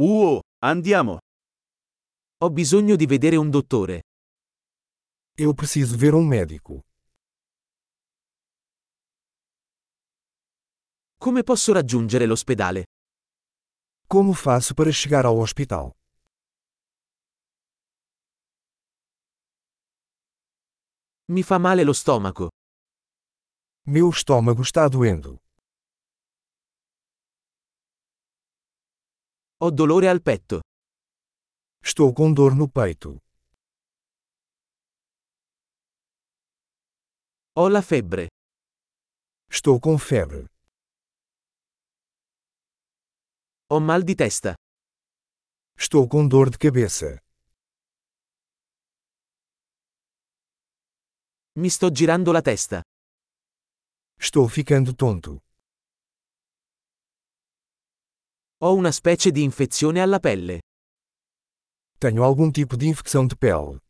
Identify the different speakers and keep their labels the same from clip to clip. Speaker 1: Uh, andiamo. Ho bisogno di vedere un dottore.
Speaker 2: Eu preciso ver um médico.
Speaker 1: Come posso raggiungere l'ospedale?
Speaker 2: Como faço para chegar ao hospital?
Speaker 1: Mi fa male lo stomaco.
Speaker 2: Meu estômago está doendo.
Speaker 1: Ho dolore al petto.
Speaker 2: Estou com dor no peito.
Speaker 1: Ho la febbre.
Speaker 2: Estou com febre.
Speaker 1: Ho mal di testa.
Speaker 2: Estou com dor de cabeça.
Speaker 1: Mi sto girando la testa.
Speaker 2: Estou ficando tonto.
Speaker 1: Ho una specie di infezione alla pelle.
Speaker 2: Tenho algum tipo de infecção de pele.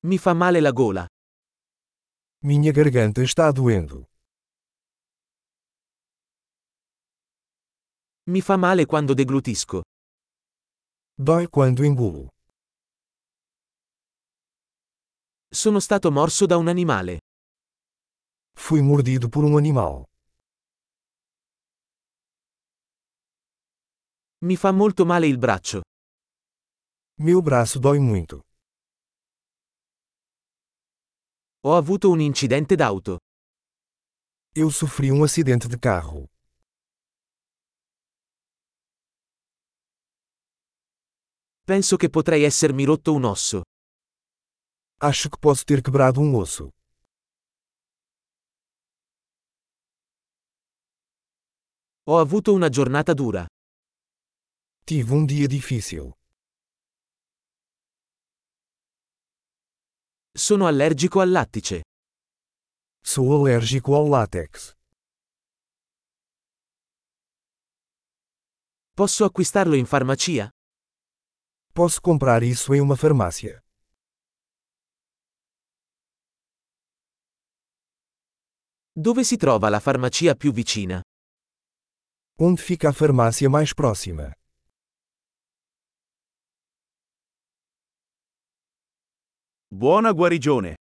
Speaker 1: Mi fa male la gola.
Speaker 2: Minha garganta está doendo.
Speaker 1: Mi fa male quando deglutisco.
Speaker 2: Dói quando engulo.
Speaker 1: Sono stato morso da un animale.
Speaker 2: Fui mordido por um animal.
Speaker 1: Mi fa molto male il braccio.
Speaker 2: Meu braço dói muito.
Speaker 1: Ho avuto un incidente d'auto.
Speaker 2: Eu sofri um acidente de carro.
Speaker 1: Penso che potrei essermi rotto un osso.
Speaker 2: Acho que posso ter quebrado um osso.
Speaker 1: Ho avuto una giornata dura.
Speaker 2: Tive um dia difícil.
Speaker 1: Sono allergico al lattice.
Speaker 2: Sou alérgico ao látex.
Speaker 1: Posso acquistarlo in farmacia?
Speaker 2: Posso comprar isso em uma farmácia.
Speaker 1: Dove si trova la farmacia più vicina?
Speaker 2: Onde fica a farmácia mais próxima?
Speaker 1: Buona guarigione!